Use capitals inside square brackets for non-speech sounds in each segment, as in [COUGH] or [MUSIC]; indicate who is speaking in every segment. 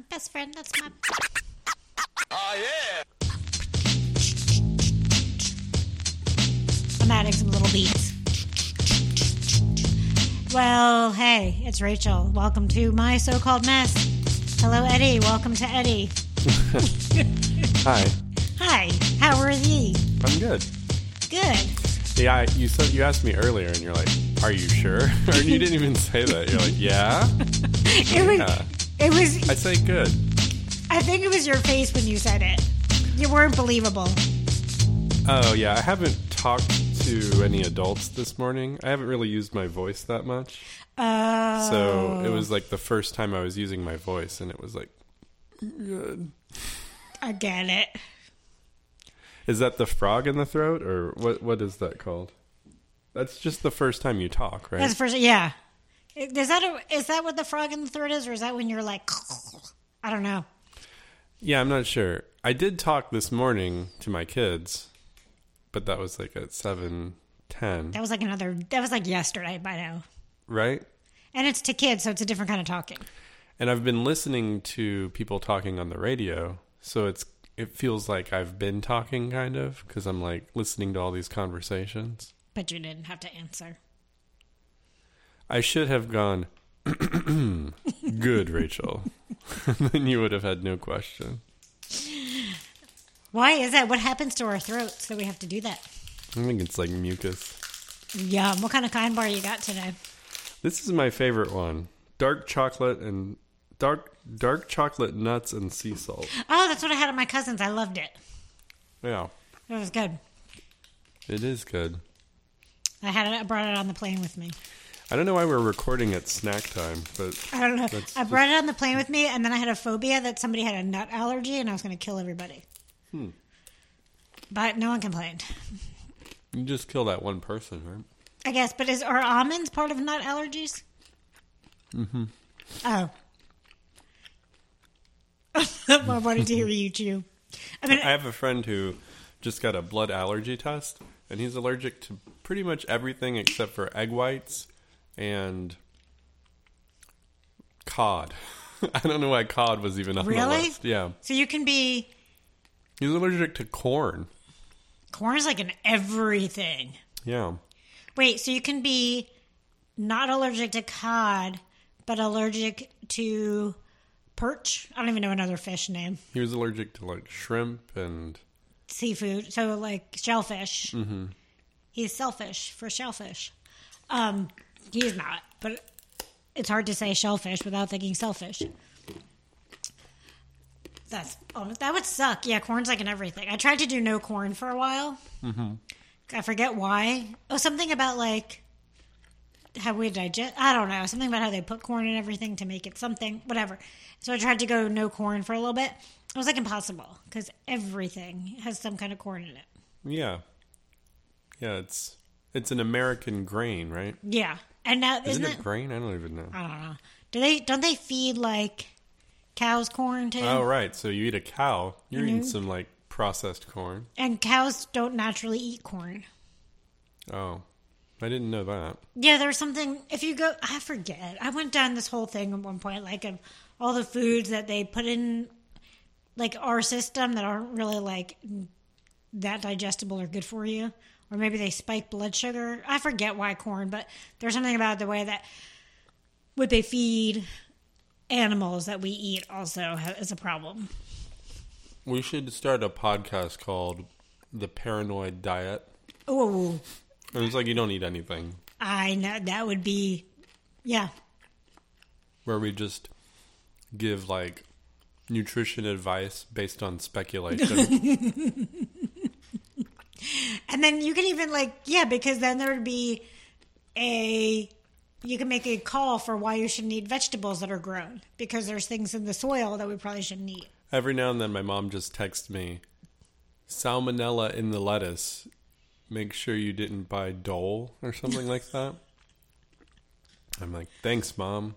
Speaker 1: best friend. That's my. I'm adding some little beats. Well, hey, it's Rachel. Welcome to my so called mess. Hello, Eddie. Welcome to Eddie.
Speaker 2: Hi,
Speaker 1: Hi, how are ye?
Speaker 2: I'm good.
Speaker 1: Good.
Speaker 2: Yeah, I- you said you asked me earlier, and you're like, "Are you sure?" [LAUGHS] or you didn't even say that. You're like, "Yeah."
Speaker 1: It was,
Speaker 2: Yeah.
Speaker 1: it was,
Speaker 2: I say good.
Speaker 1: I think it was your face when you said it. You weren't believable.
Speaker 2: Oh yeah, I haven't talked to any adults this morning. I haven't really used my voice that much,
Speaker 1: Uh,
Speaker 2: so it was like the first time I was using my voice, and it was like, good.
Speaker 1: I get it.
Speaker 2: Is that the frog in the throat, or what? What is that called? That's just the first time you talk, right?
Speaker 1: That's the first, yeah. Is that, a, is that what the frog in the throat is, or is that when you're like, [LAUGHS] I don't know.
Speaker 2: Yeah, I'm not sure. I did talk this morning to my kids, but that was like at seven ten,
Speaker 1: That was like another, that was like yesterday by now.
Speaker 2: right?
Speaker 1: And it's to kids, so it's a different kind of talking.
Speaker 2: And I've been listening to people talking on the radio, so it's it feels like I've been talking kind of because I'm like listening to all these conversations.
Speaker 1: But you didn't have to answer.
Speaker 2: I should have gone. [COUGHS] Good, Rachel. [LAUGHS] then you would have had no question.
Speaker 1: Why is that? What happens to our throats that we have to do that?
Speaker 2: I think it's like mucus.
Speaker 1: Yum. What kind of kind bar you got today?
Speaker 2: This is my favorite one: dark chocolate and dark dark chocolate nuts and sea salt.
Speaker 1: Oh, that's what I had at my cousin's. I loved it.
Speaker 2: Yeah,
Speaker 1: It was good.
Speaker 2: it is good.
Speaker 1: I had it. I brought it on the plane with me.
Speaker 2: I don't know why we're recording at snack time, but
Speaker 1: I don't know.
Speaker 2: That's
Speaker 1: I brought it on the plane with me, and then I had a phobia that somebody had a nut allergy, and I was going to kill everybody. But no one complained,
Speaker 2: you just kill that one person, right?
Speaker 1: I guess. But is are almonds part of nut allergies? Mm-hmm. [LAUGHS] Oh. I wanted to hear you chew. I mean,
Speaker 2: I have a friend who just got a blood allergy test, and he's allergic to pretty much everything except for egg whites and cod. [LAUGHS] I don't know why cod was even on the
Speaker 1: Really?
Speaker 2: list. Yeah,
Speaker 1: so you can be
Speaker 2: he's allergic to corn.
Speaker 1: corn is like in everything.
Speaker 2: Yeah,
Speaker 1: Wait, so you can be not allergic to cod, but allergic to perch? I don't even know another fish name.
Speaker 2: he was allergic to like shrimp and
Speaker 1: Seafood. So, like shellfish. Mm-hmm. He's selfish for shellfish. Um, he's not, but it's hard to say shellfish without thinking selfish. That's oh, that would suck. Yeah, corn's like in everything. I tried to do no corn for a while. I forget why. Oh, something about like how we digest. I don't know. Something about how they put corn in everything to make it something, whatever. So I tried to go no corn for a little bit. It was like impossible because everything has some kind of corn in it.
Speaker 2: yeah, yeah. It's it's an American grain, right?
Speaker 1: Yeah, and now isn't,
Speaker 2: Isn't,
Speaker 1: it?
Speaker 2: it grain? I don't even know.
Speaker 1: I don't know. Do they don't they feed like cows corn too?
Speaker 2: Oh, right. So you eat a cow, you're eating some like processed corn.
Speaker 1: And cows don't naturally eat corn.
Speaker 2: Oh, I didn't know that.
Speaker 1: Yeah, there's something. If you go, I forget. I went down this whole thing at one point, like of all the foods that they put in, like our system that aren't really like that digestible or good for you, or maybe they spike blood sugar. I forget why corn, but there's something about the way that what they feed animals that we eat also ha- is a problem.
Speaker 2: We should start a podcast called The Paranoid Diet.
Speaker 1: Oh,
Speaker 2: And it's like you don't eat anything,
Speaker 1: I know that would be, yeah,
Speaker 2: where we just give like nutrition advice based on speculation.
Speaker 1: And then you can even like yeah, because then there would be a you can make a call for why you shouldn't eat vegetables that are grown because there's things in the soil that we probably shouldn't eat.
Speaker 2: Every now and then, my mom just texts me salmonella in the lettuce. Make sure you didn't buy Dole or
Speaker 1: [LAUGHS]
Speaker 2: something like that. I'm like, thanks, mom.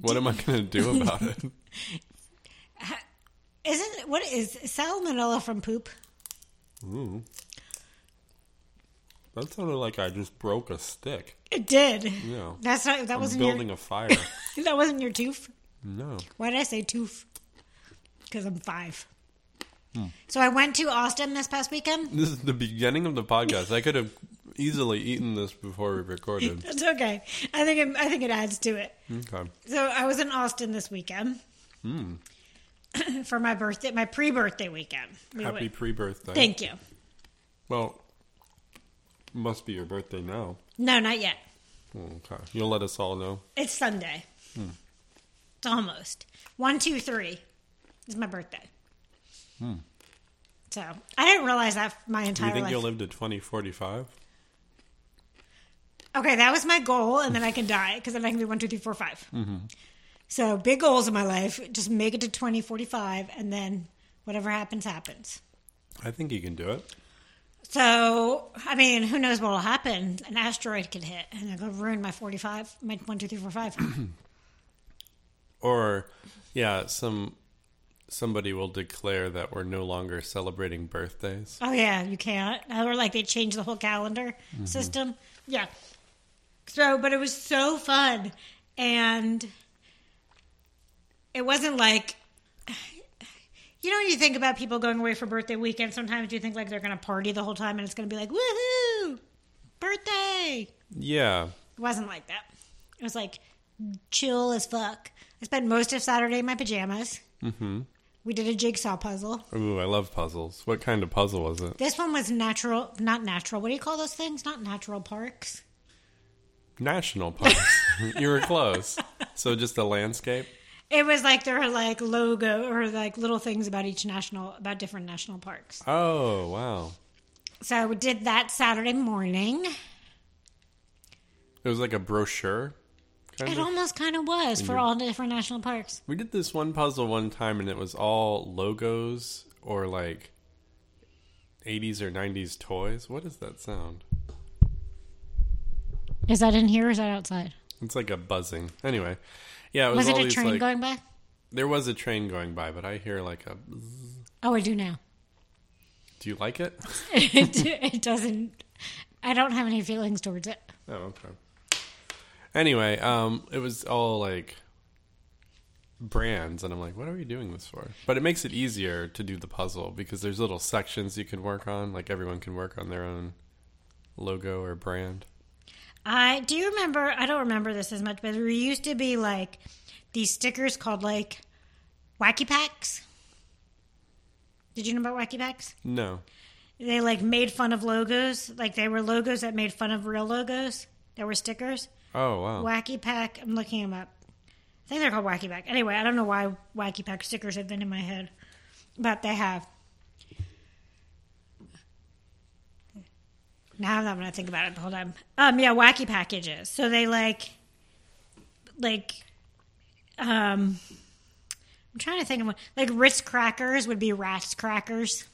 Speaker 2: What am I going to
Speaker 1: [LAUGHS]
Speaker 2: do about it?
Speaker 1: Isn't what is salmonella from poop?
Speaker 2: Ooh. That sounded like I just broke a stick.
Speaker 1: It did.
Speaker 2: Yeah.
Speaker 1: That's not that
Speaker 2: I'm
Speaker 1: wasn't
Speaker 2: building
Speaker 1: your
Speaker 2: a fire.
Speaker 1: that wasn't your tooth.
Speaker 2: No.
Speaker 1: Why did I say toof? Because I'm five.
Speaker 2: Hmm.
Speaker 1: So I went to Austin this past weekend.
Speaker 2: This is the beginning of the podcast. I could have easily eaten this before we recorded.
Speaker 1: That's okay. I think it, I think it adds to it.
Speaker 2: Okay.
Speaker 1: So I was in Austin this weekend
Speaker 2: Hmm.
Speaker 1: [CLEARS THROAT] for my birthday, my pre-birthday weekend. We
Speaker 2: Happy
Speaker 1: went-
Speaker 2: pre birthday.
Speaker 1: Thank you.
Speaker 2: Well, must be your birthday now.
Speaker 1: No, not yet.
Speaker 2: Okay. You'll let us all know.
Speaker 1: It's Sunday.
Speaker 2: Hmm.
Speaker 1: It's almost one, two, three. Is my birthday. So I didn't realize that my
Speaker 2: Do Hmm. you
Speaker 1: entire
Speaker 2: think
Speaker 1: life.
Speaker 2: you'll live to 2045?
Speaker 1: Okay, that was my goal, and then I can die because then I can be one, two, three, four, five.
Speaker 2: Mm-hmm.
Speaker 1: So big goals in my life. Just make it to twenty forty five, and then whatever happens, happens.
Speaker 2: I think you can do it.
Speaker 1: So I mean, who knows what will happen? An asteroid could hit, and it'll ruin my forty five, my one, two, three, four, five.
Speaker 2: Or, yeah, some somebody will declare that we're no longer celebrating birthdays.
Speaker 1: Oh yeah, you can't. Or like they changed the whole calendar system. Yeah. So, but it was so fun, and it wasn't like. You know, when you think about people going away for birthday weekend, sometimes you think like they're going to party the whole time and it's going to be like, woohoo, birthday.
Speaker 2: Yeah.
Speaker 1: It wasn't like that. It was like chill as fuck. I spent most of Saturday in my pajamas. Mm-hmm. We did a jigsaw puzzle.
Speaker 2: Ooh, I love puzzles. What kind of puzzle was it?
Speaker 1: This one was natural, not natural. What do you call those things? Not natural parks.
Speaker 2: National parks. [LAUGHS] you were close. So just the landscape.
Speaker 1: It was like there were like logo or like little things about each national, about different national parks.
Speaker 2: Oh wow!
Speaker 1: So we did that Saturday morning.
Speaker 2: It was like a brochure. Kind
Speaker 1: It
Speaker 2: of.
Speaker 1: almost kind of was for all the different national parks.
Speaker 2: We did this one puzzle one time, and it was all logos or like '80s or '90s toys. What is that sound?
Speaker 1: Is that in here or is that outside?
Speaker 2: It's like a buzzing. Anyway, yeah, it was,
Speaker 1: Was,
Speaker 2: all
Speaker 1: it a
Speaker 2: these
Speaker 1: train
Speaker 2: like
Speaker 1: going by?
Speaker 2: there was a train going by, but I hear like a.
Speaker 1: Oh, I do now. [LAUGHS]
Speaker 2: Do you like it? [LAUGHS]
Speaker 1: it, it doesn't. I don't have any feelings towards it.
Speaker 2: Oh, okay. Anyway, um, it was all like brands, and I'm like, what are we doing this for? But it makes it easier to do the puzzle because there's little sections you can work on. Like everyone can work on their own logo or brand.
Speaker 1: I do you remember. I don't remember this as much, but there used to be like these stickers called like wacky packs. Did you know about wacky packs?
Speaker 2: No,
Speaker 1: They like made fun of logos. Like they were logos that made fun of real logos. They were stickers.
Speaker 2: oh wow,
Speaker 1: Wacky pack. I'm looking them up. I think they're called wacky pack. Anyway, I don't know why wacky pack stickers have been in my head, but they have. Now I'm not gonna think about it the whole time. Um, yeah, wacky packages. So they like, like, um, I'm trying to think of one. Like Ritz crackers would be Rats crackers.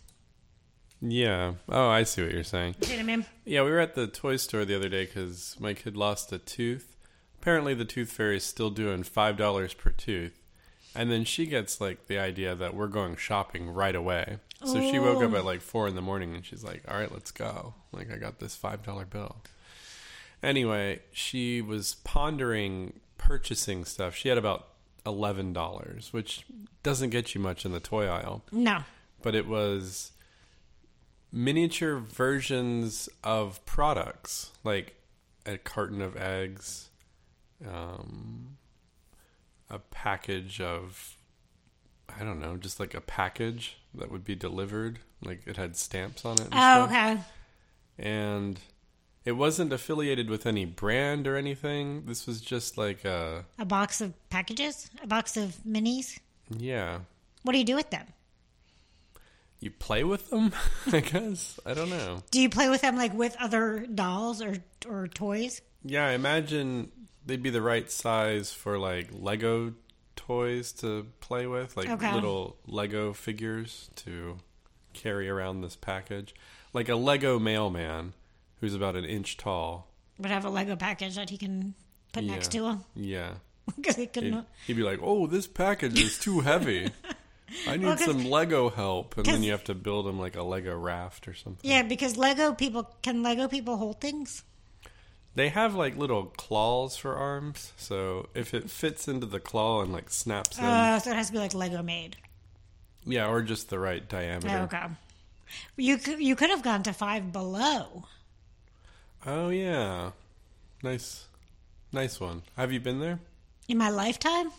Speaker 2: yeah. Oh, I see what you're saying.
Speaker 1: You know what I mean?
Speaker 2: Yeah, we were at the toy store the other day because my kid lost a tooth. Apparently, the tooth fairy is still doing five dollars per tooth, and then she gets like the idea that we're going shopping right away. So she woke up at like four in the morning and she's like, "All right, let's go." Like, I got this five dollar bill. Anyway, she was pondering purchasing stuff. She had about eleven dollars, which doesn't get you much in the toy aisle
Speaker 1: No.
Speaker 2: but it was miniature versions of products like a carton of eggs um, a package of i don't know just like a package that would be delivered like it had stamps on it and,
Speaker 1: Oh,
Speaker 2: stuff.
Speaker 1: okay.
Speaker 2: and it wasn't affiliated with any brand or anything this was just like a
Speaker 1: A box of packages? A box of minis?
Speaker 2: yeah
Speaker 1: What do you do with them?
Speaker 2: you play with them [LAUGHS] i guess i don't know
Speaker 1: Do you play with them like with other dolls or or toys?
Speaker 2: Yeah, I imagine they'd be the right size for like Lego toys to play with, like
Speaker 1: Okay.
Speaker 2: little Lego figures to carry around this package. Like a Lego mailman who's about an inch tall.
Speaker 1: Would have a Lego package that he can put next
Speaker 2: Yeah.
Speaker 1: to him [LAUGHS]
Speaker 2: Yeah.
Speaker 1: because he
Speaker 2: He'd,
Speaker 1: couldn't.
Speaker 2: he'd be like, "Oh, this package is too
Speaker 1: [LAUGHS]
Speaker 2: heavy. I need
Speaker 1: 'cause-
Speaker 2: some Lego help." And then
Speaker 1: 'cause-
Speaker 2: you have to build him like a Lego raft or something.
Speaker 1: Yeah, because Lego people can Lego people hold things.
Speaker 2: They have like little claws for arms, so if it fits into the claw and like snaps in,
Speaker 1: Uh, so it has to be like Lego made.
Speaker 2: yeah, or just the right diameter.
Speaker 1: oh, Okay. You could, you could have gone to five below.
Speaker 2: Oh yeah, nice, nice one. Have you been there
Speaker 1: In my lifetime?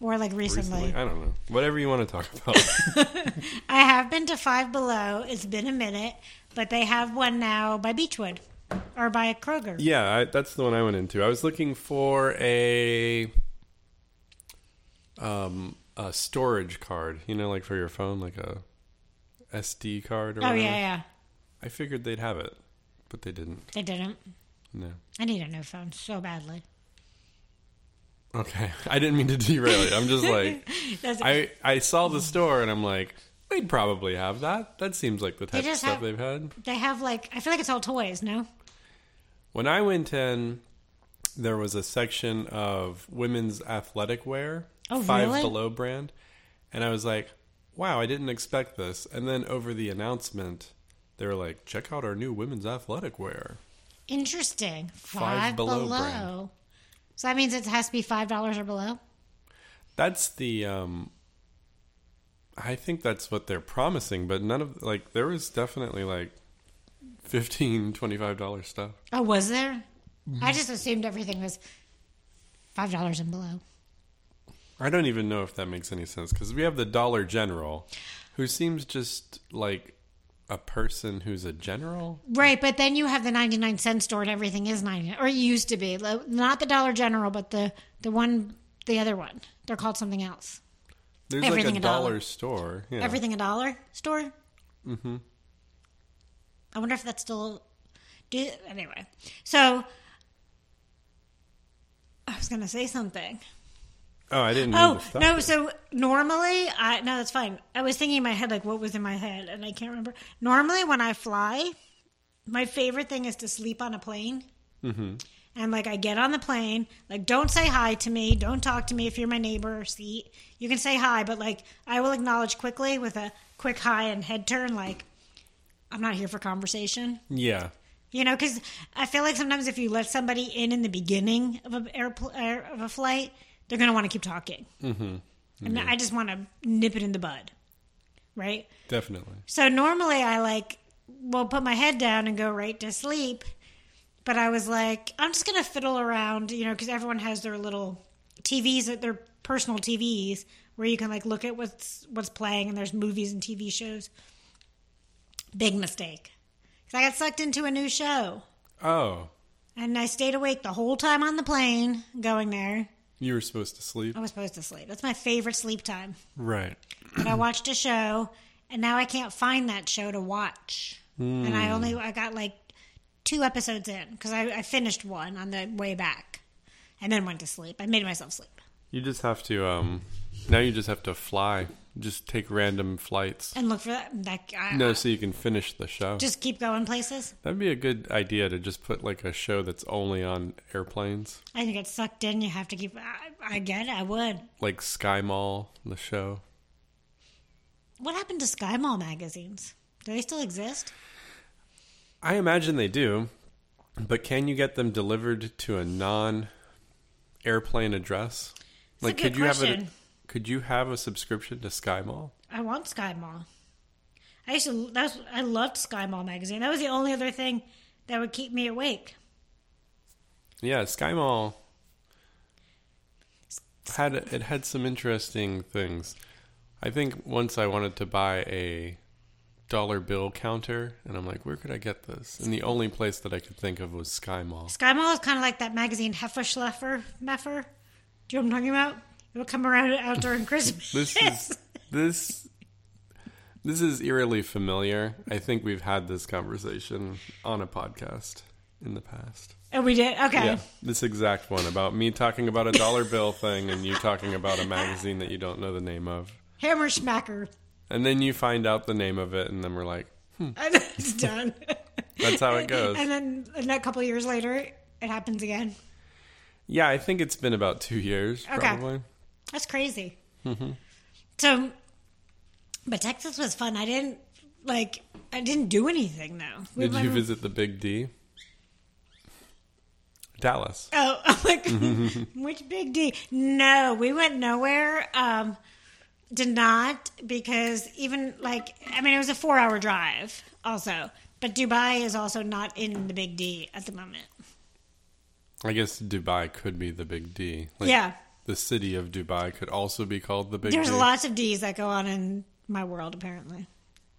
Speaker 1: Or like recently?
Speaker 2: recently? I don't know. Whatever you want to talk [LAUGHS] about.
Speaker 1: I have been to Five Below. It's been a minute, but they have one now by Beechwood or by Kroger.
Speaker 2: yeah, I, that's the one I went into. I was looking for a um a storage card, you know, like for your phone, like a SD card or
Speaker 1: Oh,
Speaker 2: whatever.
Speaker 1: yeah, yeah.
Speaker 2: I figured they'd have it, but they didn't.
Speaker 1: They didn't.
Speaker 2: No.
Speaker 1: I need a new phone so badly.
Speaker 2: Okay, [LAUGHS] I didn't mean to derail it. I'm just like
Speaker 1: That's,
Speaker 2: I I saw the store and I'm like they'd probably have that. That seems like the type of
Speaker 1: just
Speaker 2: stuff
Speaker 1: have-
Speaker 2: they've had.
Speaker 1: they have like, I feel like it's all toys, no?
Speaker 2: When I went in, there was a section of women's athletic wear,
Speaker 1: Oh,
Speaker 2: Five
Speaker 1: really?
Speaker 2: Below brand, and I was like, "Wow, I didn't expect this." And then over the announcement, they were like, "Check out our new women's athletic wear."
Speaker 1: Interesting. Five,
Speaker 2: Below
Speaker 1: below.
Speaker 2: brand.
Speaker 1: So that means it has to be $5 or below?
Speaker 2: That's the um I think that's what they're promising, but none of like there was definitely like 15 25 dollar stuff.
Speaker 1: Oh, was there? I just assumed everything was $5 and below.
Speaker 2: I don't even know if that makes any sense cuz we have the Dollar General who seems just like a person who's a general.
Speaker 1: Right, but then you have the 99 cent store and everything is 99 or it used to be. Lo- Not the Dollar General, but the the one the other one. They're called something else.
Speaker 2: There's
Speaker 1: Everything
Speaker 2: like a
Speaker 1: a
Speaker 2: dollar,
Speaker 1: dollar.
Speaker 2: store. Yeah.
Speaker 1: Everything a dollar store? Mhm. I wonder if that's still do anyway. So I was going to say something.
Speaker 2: oh, I didn't mean
Speaker 1: Oh
Speaker 2: to stop
Speaker 1: no!
Speaker 2: it.
Speaker 1: So normally, I no, that's fine. I was thinking in my head like what was in my head, and I can't remember. Normally, when I fly, my favorite thing is to sleep on a plane. And like I get on the plane, like don't say hi to me, don't talk to me if you're my neighbor or seat. You can say hi, but like I will acknowledge quickly with a quick hi and head turn, like I'm not here for conversation.
Speaker 2: Yeah.
Speaker 1: You know, because I feel like sometimes if you let somebody in in the beginning of a airpl- air, of a flight, they're going to want to keep talking. Mm-hmm. And I just want to nip it in the bud, right?
Speaker 2: Definitely.
Speaker 1: So normally I like will put my head down and go right to sleep, but I was like, I'm just gonna fiddle around, you know, because everyone has their little TVs, that their personal TVs, where you can like look at what's what's playing, and there's movies and TV shows. Big mistake, because I got sucked into a new show,
Speaker 2: Oh,
Speaker 1: and I stayed awake the whole time on the plane going there.
Speaker 2: you were supposed to sleep.
Speaker 1: I was supposed to sleep. That's my favorite sleep time.
Speaker 2: Right.
Speaker 1: but I watched a show, and now I can't find that show to watch. And I only I got like two episodes in because I, I finished one on the way back, and then went to sleep. I made myself sleep
Speaker 2: You just have to um now you just have to fly. Just take random flights.
Speaker 1: and look for that. that I,
Speaker 2: No,
Speaker 1: I-
Speaker 2: so you can finish the show.
Speaker 1: just keep going places.
Speaker 2: That'd be a good idea to just put like a show that's only on airplanes,
Speaker 1: I think it's sucked in. You have to keep. I, I get it. I would.
Speaker 2: like Sky Mall, the show.
Speaker 1: What happened to Sky Mall magazines? Do they still exist?
Speaker 2: I imagine they do, but can you get them delivered to a non-airplane address?
Speaker 1: a good
Speaker 2: could you have
Speaker 1: question.
Speaker 2: a could you have a subscription to Sky Mall?
Speaker 1: I want Sky Mall. I used to. That's. I loved Sky Mall magazine. That was the only other thing that would keep me awake.
Speaker 2: Yeah, Sky Mall had it had some interesting things. I think once I wanted to buy a dollar bill counter, and I'm like, where could I get this? And the only place that I could think of was Sky Mall.
Speaker 1: Sky Mall is kind of like that magazine Hefferschleffer Meffer. Do you know what I'm talking about? It would come around out
Speaker 2: [LAUGHS]
Speaker 1: during Christmas. [LAUGHS]
Speaker 2: This is this this is eerily familiar. I think we've had this conversation on a podcast in the past.
Speaker 1: oh, we did. Okay.
Speaker 2: Yeah, [LAUGHS] this exact one about me talking about a dollar bill thing and you talking about a magazine that you don't know the name of.
Speaker 1: Hammer Schmacker.
Speaker 2: And then you find out the name of it, and then we're like,
Speaker 1: [LAUGHS] And then
Speaker 2: [LAUGHS]
Speaker 1: it's done. [LAUGHS]
Speaker 2: that's how it Hmm. goes.
Speaker 1: and then and that couple years later, it happens again.
Speaker 2: yeah, I think it's been about two years, probably.
Speaker 1: That's crazy.
Speaker 2: Mm-hmm.
Speaker 1: So, but Texas was fun. I didn't like. I didn't do anything though. We
Speaker 2: Did you
Speaker 1: went-
Speaker 2: visit the Big D? Dallas.
Speaker 1: Oh, [LAUGHS] I'm like,
Speaker 2: Mm-hmm.
Speaker 1: [LAUGHS] which Big D? No, we went nowhere. Um, did not because even like I mean it was a four hour drive also, but Dubai is also not in the Big D at the moment.
Speaker 2: I guess Dubai could be the big D. Like,
Speaker 1: Yeah.
Speaker 2: The city of Dubai could also be called the big
Speaker 1: There's
Speaker 2: D.
Speaker 1: lots of D's that go on in my world apparently.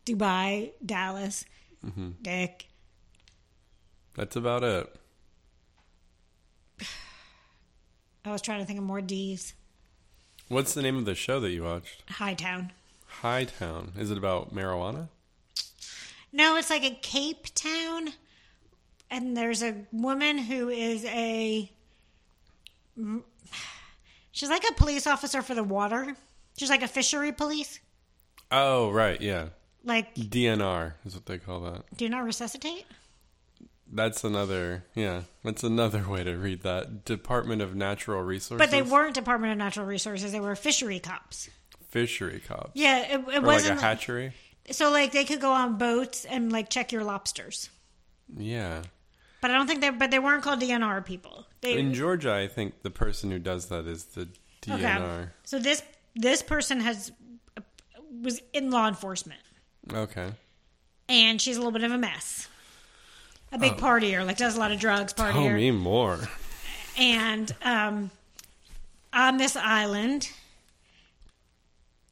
Speaker 1: Dubai, Dallas,
Speaker 2: Mm-hmm.
Speaker 1: Dick.
Speaker 2: That's about it.
Speaker 1: I was trying to think of more D's.
Speaker 2: What's the name of the show that you watched?
Speaker 1: Hightown.
Speaker 2: Hightown. Is it about marijuana?
Speaker 1: No, it's like a Cape town, and there's a woman who is a. mm, She's like a police officer for the water. She's like a fishery police.
Speaker 2: Oh, right. Yeah.
Speaker 1: Like,
Speaker 2: Mm. DNR is what they call that.
Speaker 1: do not resuscitate.
Speaker 2: That's another, yeah, that's another [LAUGHS] way to read that. Department of Natural Resources.
Speaker 1: But they weren't Department of Natural Resources. They were fishery cops.
Speaker 2: Fishery cops.
Speaker 1: Yeah, it, it
Speaker 2: Or like
Speaker 1: wasn't.
Speaker 2: a hatchery.
Speaker 1: so like they could go on boats and like check your lobsters.
Speaker 2: Yeah.
Speaker 1: But I don't think they. But they weren't called DNR people. They,
Speaker 2: In Georgia, I think the person who does that is the DNR.
Speaker 1: So this this person has was in law enforcement.
Speaker 2: Okay.
Speaker 1: and she's a little bit of a mess. A big partier, like does a lot of drugs,
Speaker 2: Oh. Tell
Speaker 1: partier.
Speaker 2: Oh, me more. [LAUGHS]
Speaker 1: And um, on this island,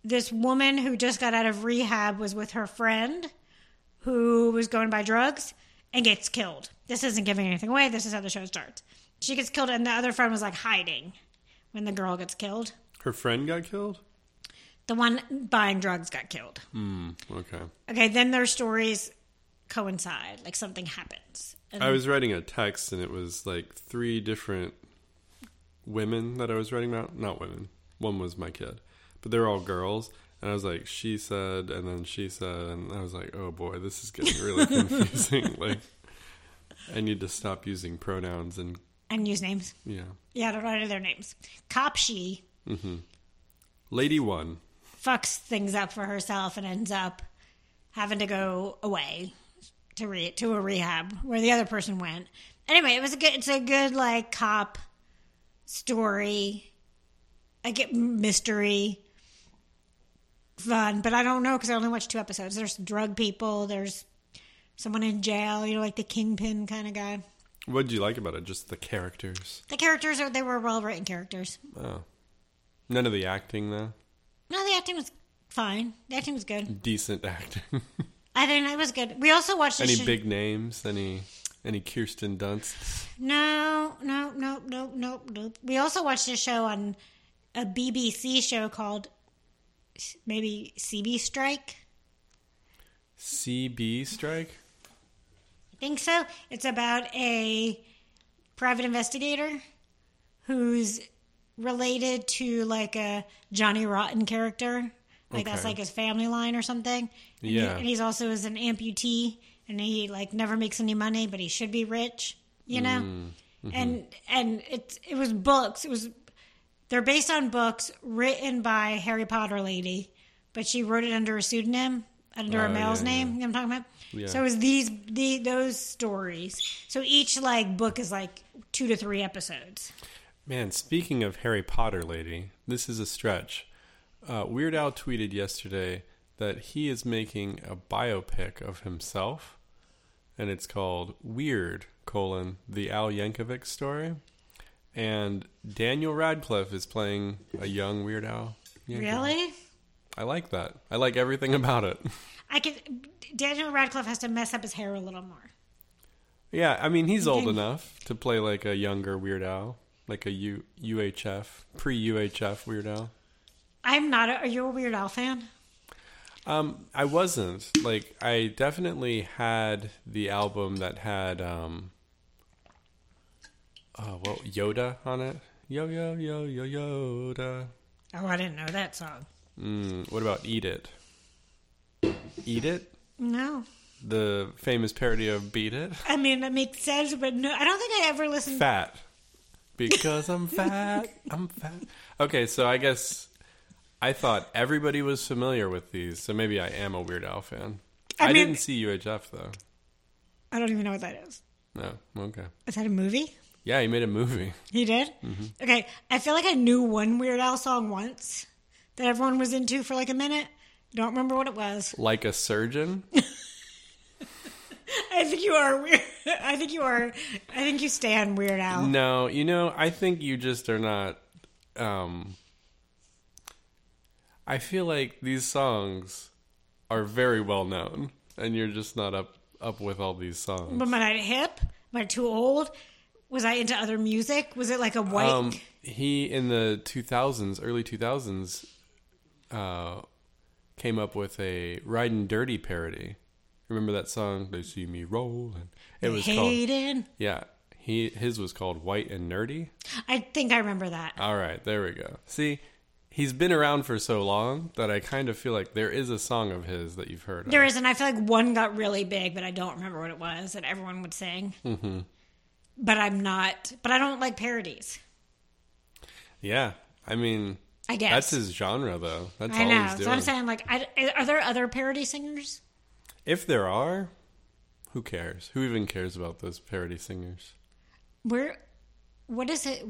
Speaker 1: this woman who just got out of rehab was with her friend who was going by drugs and gets killed. This isn't giving anything away. This is how the show starts. She gets killed, and the other friend was like hiding when the girl gets killed.
Speaker 2: Her friend got killed?
Speaker 1: The one buying drugs got killed.
Speaker 2: Hmm. Okay.
Speaker 1: Okay, then their stories coincide, like something happens. And
Speaker 2: I was writing a text and it was like three different women that I was writing about. Not women. One was my kid, but they were all girls. And I was like, she said, and then she said, and I was like, oh boy, this is getting really confusing. [LAUGHS] like, I need to stop using pronouns and
Speaker 1: and use names.
Speaker 2: yeah.
Speaker 1: Yeah, I don't know any of their names. Cop she
Speaker 2: Lady one.
Speaker 1: fucks things up for herself and ends up having to go away to re- to a rehab where the other person went. Anyway, it was a good. It's a good like cop story. I get mystery, fun, but I don't know because I only watched two episodes. There's drug people. There's someone in jail. You know, like the kingpin kind of guy.
Speaker 2: What did you like about it? Just the characters.
Speaker 1: The characters are they were well written characters.
Speaker 2: Oh. None of the acting, though.
Speaker 1: No, the acting was fine. The acting was good.
Speaker 2: Decent acting. [LAUGHS]
Speaker 1: I think it was good. We also watched the
Speaker 2: any
Speaker 1: sh-
Speaker 2: big names? Any any Kirsten Dunst?
Speaker 1: No, no, no, no, no, no. We also watched a show on a BBC show called maybe CB Strike.
Speaker 2: CB strike?
Speaker 1: I think so. It's about a private investigator who's related to like a Johnny Rotten character. Like that's
Speaker 2: Okay.
Speaker 1: like his family line or something. And he-
Speaker 2: Yeah.
Speaker 1: and he's also is an amputee and he like never makes any money, but he should be rich, you know?
Speaker 2: Mm-hmm.
Speaker 1: And and it's it was books. It was they're based on books written by Harry Potter lady, but she wrote it under a pseudonym, under a
Speaker 2: Oh,
Speaker 1: male's
Speaker 2: yeah,
Speaker 1: name.
Speaker 2: yeah.
Speaker 1: You know what I'm talking about?
Speaker 2: Yeah.
Speaker 1: So it was these the those stories. So each like book is like two to three episodes.
Speaker 2: Man, speaking of Harry Potter, lady, this is a stretch. Uh, Weird Al tweeted yesterday that he is making a biopic of himself, and it's called Weird: colon, The Al Yankovic Story. And Daniel Radcliffe is playing a young Weird Al. Yankovic.
Speaker 1: Really?
Speaker 2: I like that. I like everything [LAUGHS] about it.
Speaker 1: I could Daniel Radcliffe has to mess up his hair a little more.
Speaker 2: yeah, I mean he's old
Speaker 1: Okay.
Speaker 2: enough to play like a younger Weird Al, like a U- UHF pre UHF Weird Al.
Speaker 1: I'm not a are you a Weird Al fan?
Speaker 2: Um, I wasn't like I definitely had the album that had um, oh, well, Yoda on it. Yo yo yo yo Yoda.
Speaker 1: Oh, I didn't know that song.
Speaker 2: Mm, what about Eat It? Eat It,
Speaker 1: No.
Speaker 2: the famous parody of Beat It.
Speaker 1: I mean that makes sense, but no I don't think I ever listened
Speaker 2: Fat because I'm fat. I'm fat. Okay, so I guess I thought everybody was familiar with these, so maybe I am a Weird Al fan.
Speaker 1: I
Speaker 2: I,
Speaker 1: mean-
Speaker 2: didn't see UHF though.
Speaker 1: I don't even know what that is.
Speaker 2: No, okay.
Speaker 1: Is that a movie?
Speaker 2: Yeah, he made a movie. [LAUGHS]
Speaker 1: He did?
Speaker 2: Mm-hmm.
Speaker 1: Okay. I feel like I knew one Weird Al song once that everyone was into for like a minute. Don't remember what it was.
Speaker 2: Like a surgeon?
Speaker 1: I think you are weird. [LAUGHS] I think you are. I think you stand Weird Al.
Speaker 2: no, you know, I think you just are not um I feel like these songs are very well known and you're just not up up with all these songs.
Speaker 1: But am I hip? Am I too old? Was I into other music? Was it like a white?
Speaker 2: Um, he in the 2000s, early 2000s, uh, came up with a "Riding Dirty" parody. Remember that song? They see me rolling. It was called
Speaker 1: Hayden.
Speaker 2: yeah. He his was called "White and Nerdy."
Speaker 1: I think I remember that.
Speaker 2: All right, there we go. See, he's been around for so long that I kind of feel like there is a song of his that you've heard.
Speaker 1: There
Speaker 2: of.
Speaker 1: is, and I feel like one got really big, but I don't remember what it was that everyone would sing. Mm-hmm. But I'm not. But I don't like parodies.
Speaker 2: Yeah, I mean.
Speaker 1: I guess
Speaker 2: That's his genre, though. That's
Speaker 1: I
Speaker 2: all
Speaker 1: know.
Speaker 2: he's doing.
Speaker 1: So I'm saying, like, I, are there other parody singers?
Speaker 2: if there are, who cares? Who even cares about those parody singers?
Speaker 1: Where, what is it?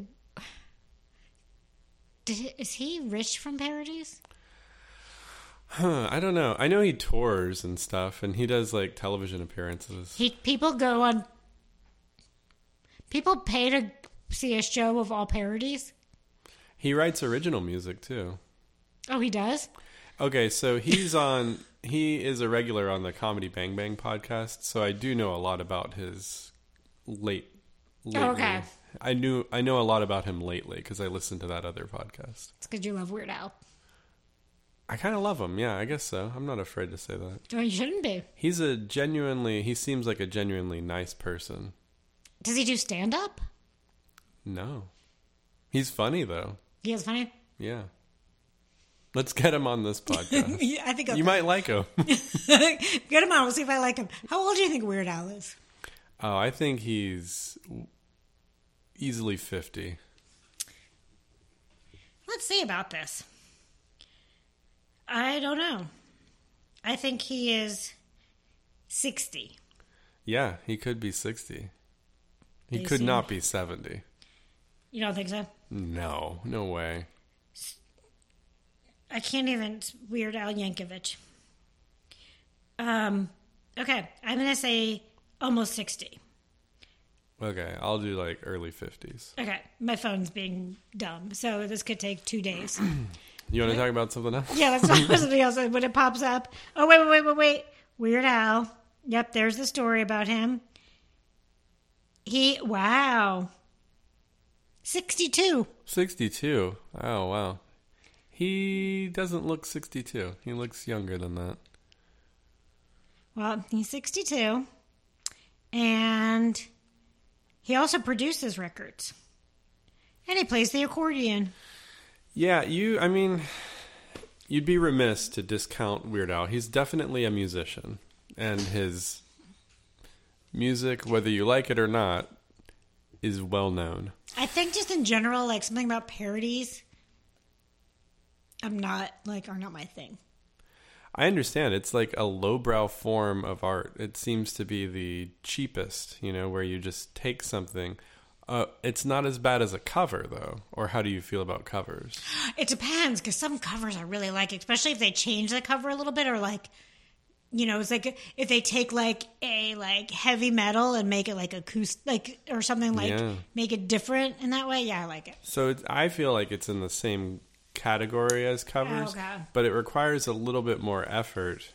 Speaker 1: Did, is he rich from parodies?
Speaker 2: Huh, I don't know. I know he tours and stuff, and he does like television appearances.
Speaker 1: He, people go on. People pay to see a show of all parodies.
Speaker 2: He writes original music too.
Speaker 1: Oh, he does.
Speaker 2: Okay, so he's on. He is a regular on the Comedy Bang Bang podcast, so I do know a lot about his late. Lately.
Speaker 1: okay.
Speaker 2: I knew I know a lot about him lately because I listened to that other podcast.
Speaker 1: It's because you love Weird Al.
Speaker 2: I kind of love him. Yeah, I guess so. I'm not afraid to say that.
Speaker 1: No, you shouldn't be.
Speaker 2: He's a genuinely. He seems like a genuinely nice person.
Speaker 1: Does he do stand up?
Speaker 2: No, he's funny though.
Speaker 1: He is funny.
Speaker 2: Yeah. Let's get him on this podcast.
Speaker 1: Yeah, I think I'll,
Speaker 2: you might like him.
Speaker 1: get him on. We'll see if I like him. How old do you think Weird Al is?
Speaker 2: Oh, I think he's easily 50.
Speaker 1: Let's see about this. I don't know. I think he is 60.
Speaker 2: Yeah, he could be 60. He
Speaker 1: They
Speaker 2: could
Speaker 1: seem-
Speaker 2: not be 70.
Speaker 1: You don't think so?
Speaker 2: No, no way.
Speaker 1: I can't even. Weird Al Yankovic. Um, okay, I'm going to say almost 60.
Speaker 2: Okay, I'll do like early 50s.
Speaker 1: Okay, my phone's being dumb, so this could take two days.
Speaker 2: You want to talk about something else?
Speaker 1: Yeah, that's not something else. When it pops up, oh wait, wait, wait, wait, wait. Weird Al. Yep, there's the story about him. He wow, sixty-two.
Speaker 2: 62. Oh, wow. He doesn't look 62. He looks younger than that.
Speaker 1: Well, he's sixty-two, and he also produces records, and he plays the accordion.
Speaker 2: Yeah, you. I mean, you'd be remiss to discount Weird Al. He's definitely a musician, and his music, whether you like it or not, is well known.
Speaker 1: I think just in general, like something about parodies. I'm not like are not my thing.
Speaker 2: I understand it's like a lowbrow form of art. It seems to be the cheapest, you know, where you just take something. Uh, it's not as bad as a cover, though. Or how do you feel about covers?
Speaker 1: It depends because some covers I really like, especially if they change the cover a little bit or like, you know, it's like if they take like a like heavy metal and make it like acoustic, like or something like
Speaker 2: Yeah.
Speaker 1: make it different in that way. Yeah, I like it.
Speaker 2: So it, I feel like it's in the same category as covers,
Speaker 1: Okay.
Speaker 2: but it requires a little bit more effort.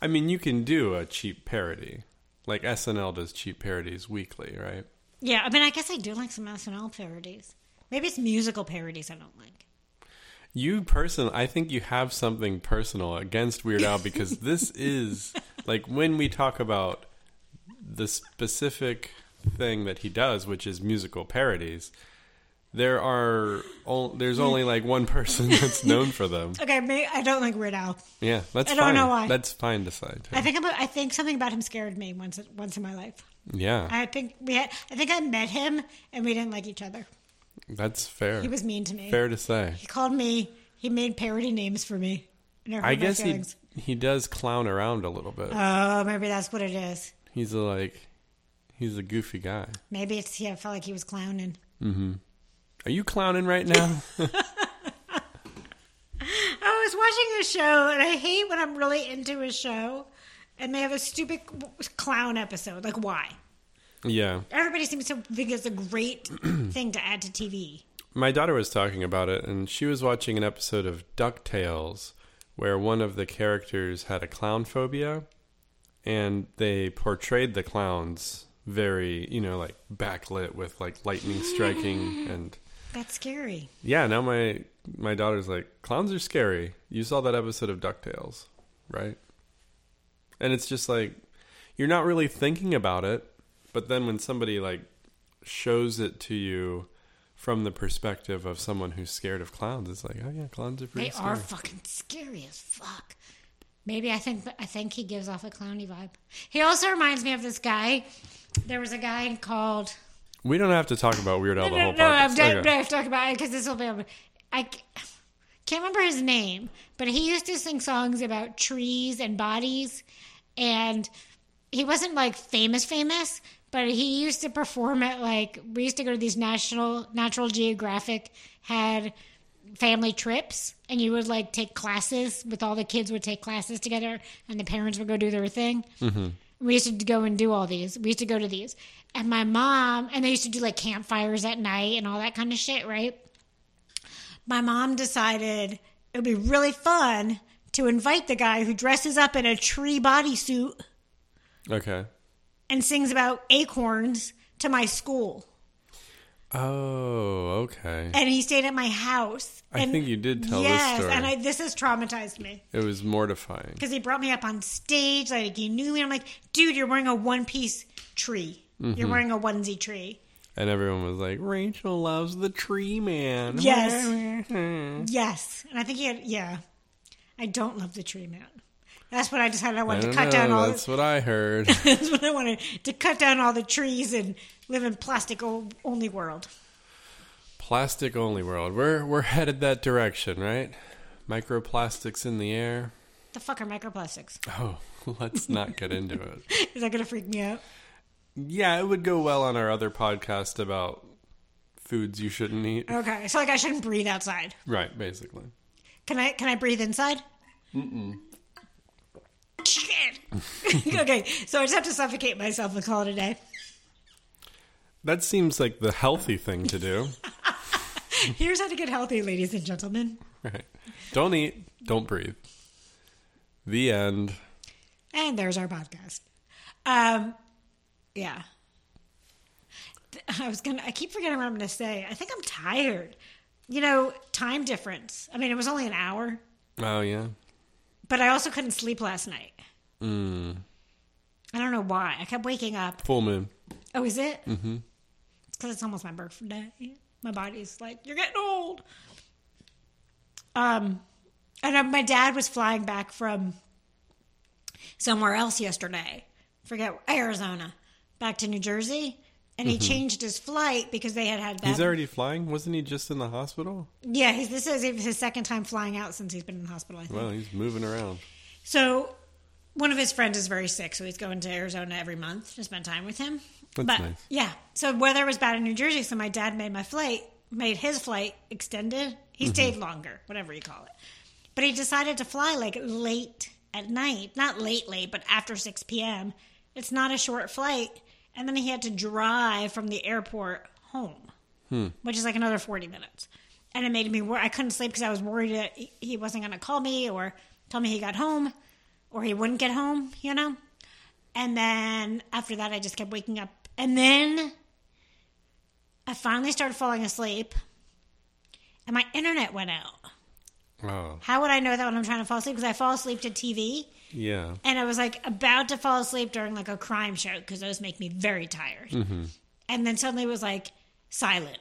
Speaker 2: I mean, you can do a cheap parody, like SNL does cheap parodies weekly, right?
Speaker 1: Yeah, I mean, I guess I do like some SNL parodies. Maybe it's musical parodies I don't like.
Speaker 2: You person, I think you have something personal against Weird
Speaker 1: [LAUGHS]
Speaker 2: Al because this is like when we talk about the specific thing that he does, which is musical parodies. There are o- there's only like one person that's known for them.
Speaker 1: Okay, maybe I don't like Weird Al.
Speaker 2: Yeah, that's
Speaker 1: I don't
Speaker 2: fine.
Speaker 1: know why.
Speaker 2: That's fine to say. too.
Speaker 1: I think I'm a, I think something about him scared me once once in my life.
Speaker 2: yeah,
Speaker 1: I think we had, I think I met him and we didn't like each other.
Speaker 2: that's fair.
Speaker 1: He was mean to me.
Speaker 2: fair to say.
Speaker 1: He called me. He made parody names for me. And hurt
Speaker 2: I
Speaker 1: my
Speaker 2: guess he
Speaker 1: feelings.
Speaker 2: he does clown around a little bit.
Speaker 1: Oh, maybe that's what it is.
Speaker 2: He's like He's a goofy guy.
Speaker 1: Maybe it's yeah. I felt like he was clowning.
Speaker 2: Are you clowning
Speaker 1: [LAUGHS]
Speaker 2: right now?
Speaker 1: I was watching a show, and I hate when I'm really into a show, and they have a stupid clown episode. Like, why?
Speaker 2: yeah.
Speaker 1: Everybody seems to think it's a
Speaker 2: [CLEARS THROAT]
Speaker 1: great thing to add to TV.
Speaker 2: My daughter was talking about it, and she was watching an episode of DuckTales where one of the characters had a clown phobia, and they portrayed the clowns very, you know, like backlit with like lightning striking and
Speaker 1: That's scary.
Speaker 2: yeah. Now my my daughter's like, clowns are scary. You saw that episode of DuckTales, right? And it's just like you're not really thinking about it, but then when somebody like shows it to you from the perspective of someone who's scared of clowns, it's like, oh yeah, clowns are pretty
Speaker 1: They
Speaker 2: scary.
Speaker 1: are fucking scary as fuck. Maybe I think I think he gives off a clowny vibe. He also reminds me of this guy. There was a guy called
Speaker 2: we don't have to talk about Weird Al the
Speaker 1: no,
Speaker 2: whole
Speaker 1: no, I'm
Speaker 2: podcast.
Speaker 1: done.
Speaker 2: Okay.
Speaker 1: I have to talk about it because this will be. over. I c- can't remember his name, but he used to sing songs about trees and bodies, and he wasn't like famous, famous. But he used to perform at like we used to go to these national Natural Geographic had family trips, and you would like take classes with all the kids would take classes together, and the parents would go do their thing. We used to go and do all these. We used to go to these. And my mom, and they used to do like campfires at night and all that kind of shit, right? My mom decided it would be really fun to invite the guy who dresses up in a tree bodysuit
Speaker 2: Okay.
Speaker 1: and sings about acorns to my school.
Speaker 2: Oh, okay.
Speaker 1: And he stayed at my house.
Speaker 2: I
Speaker 1: and
Speaker 2: think you did tell this
Speaker 1: yes,
Speaker 2: story.
Speaker 1: and I, this has traumatized me.
Speaker 2: It was mortifying.
Speaker 1: because he brought me up on stage. Like he knew me. I'm like, dude, you're wearing a one piece tree.
Speaker 2: Mm-hmm.
Speaker 1: You're wearing a onesie tree.
Speaker 2: And everyone was like, Rachel loves the tree man. [LAUGHS]
Speaker 1: Yes. Yes, and I think he had. Yeah, I don't love the tree man. That's what I decided. I
Speaker 2: I
Speaker 1: wanted to
Speaker 2: don't
Speaker 1: cut
Speaker 2: know,
Speaker 1: down all.
Speaker 2: that's what
Speaker 1: [LAUGHS]
Speaker 2: I heard.
Speaker 1: That's what I wanted to cut down all the trees and live in plastic o- only world.
Speaker 2: Plastic only world. We're we're headed that direction, right? Microplastics in the air.
Speaker 1: The fuck are microplastics?
Speaker 2: Oh, [LAUGHS] let's not get into
Speaker 1: [LAUGHS]
Speaker 2: it.
Speaker 1: Is that gonna freak me out?
Speaker 2: Yeah, it would go well on our other podcast about foods you shouldn't eat.
Speaker 1: Okay, so like I shouldn't breathe outside.
Speaker 2: Right, basically.
Speaker 1: Can I can I breathe inside? Mm-mm. Shit. [LAUGHS] okay, so I just have to suffocate myself and call it a day.
Speaker 2: That seems like the healthy thing
Speaker 1: [LAUGHS]
Speaker 2: to do.
Speaker 1: Here's how to get healthy, ladies and gentlemen.
Speaker 2: Right. Don't eat, don't breathe. The end.
Speaker 1: And there's our podcast. Um, yeah. Th- [LAUGHS] I was gonna. I keep forgetting what I'm gonna say. I think I'm tired. You know, time difference. I mean, it was only an hour,
Speaker 2: Oh yeah.
Speaker 1: but I also couldn't sleep last night. I don't know why. I kept waking up.
Speaker 2: Full moon.
Speaker 1: Oh, is it? Mm-hmm. It's because it's almost my birthday. My body's like, you're getting old. Um, and uh, my dad was flying back from somewhere else yesterday. Forget Arizona, back to New Jersey, and he changed his flight because they had had that.
Speaker 2: He's already flying? Wasn't he just in the hospital?
Speaker 1: yeah, he's, this is his second time flying out since he's been in the hospital. I think.
Speaker 2: Well, he's moving around.
Speaker 1: So one of his friends is very sick, so he's going to Arizona every month to spend time with him.
Speaker 2: That's
Speaker 1: but
Speaker 2: nice.
Speaker 1: yeah, so weather was bad in New Jersey, so my dad made my flight, made his flight extended. He
Speaker 2: Mm-hmm.
Speaker 1: stayed longer, whatever you call it. But he decided to fly like late at night, not late late, but after 6 p.m. It's not a short flight, and then he had to drive from the airport home
Speaker 2: Hmm.
Speaker 1: which is like another 40 minutes. And it made me wor I couldn't sleep because I was worried that he- he wasn't going to call me or tell me he got home or he wouldn't get home, you know? And then after that, I just kept waking up. And then I finally started falling asleep and my internet went out.
Speaker 2: Oh.
Speaker 1: How would I know that when I'm trying to fall asleep? Because I fall asleep to TV
Speaker 2: Yeah.
Speaker 1: and I was like about to fall asleep during like a crime show because those make me very tired. And then suddenly it was like silent,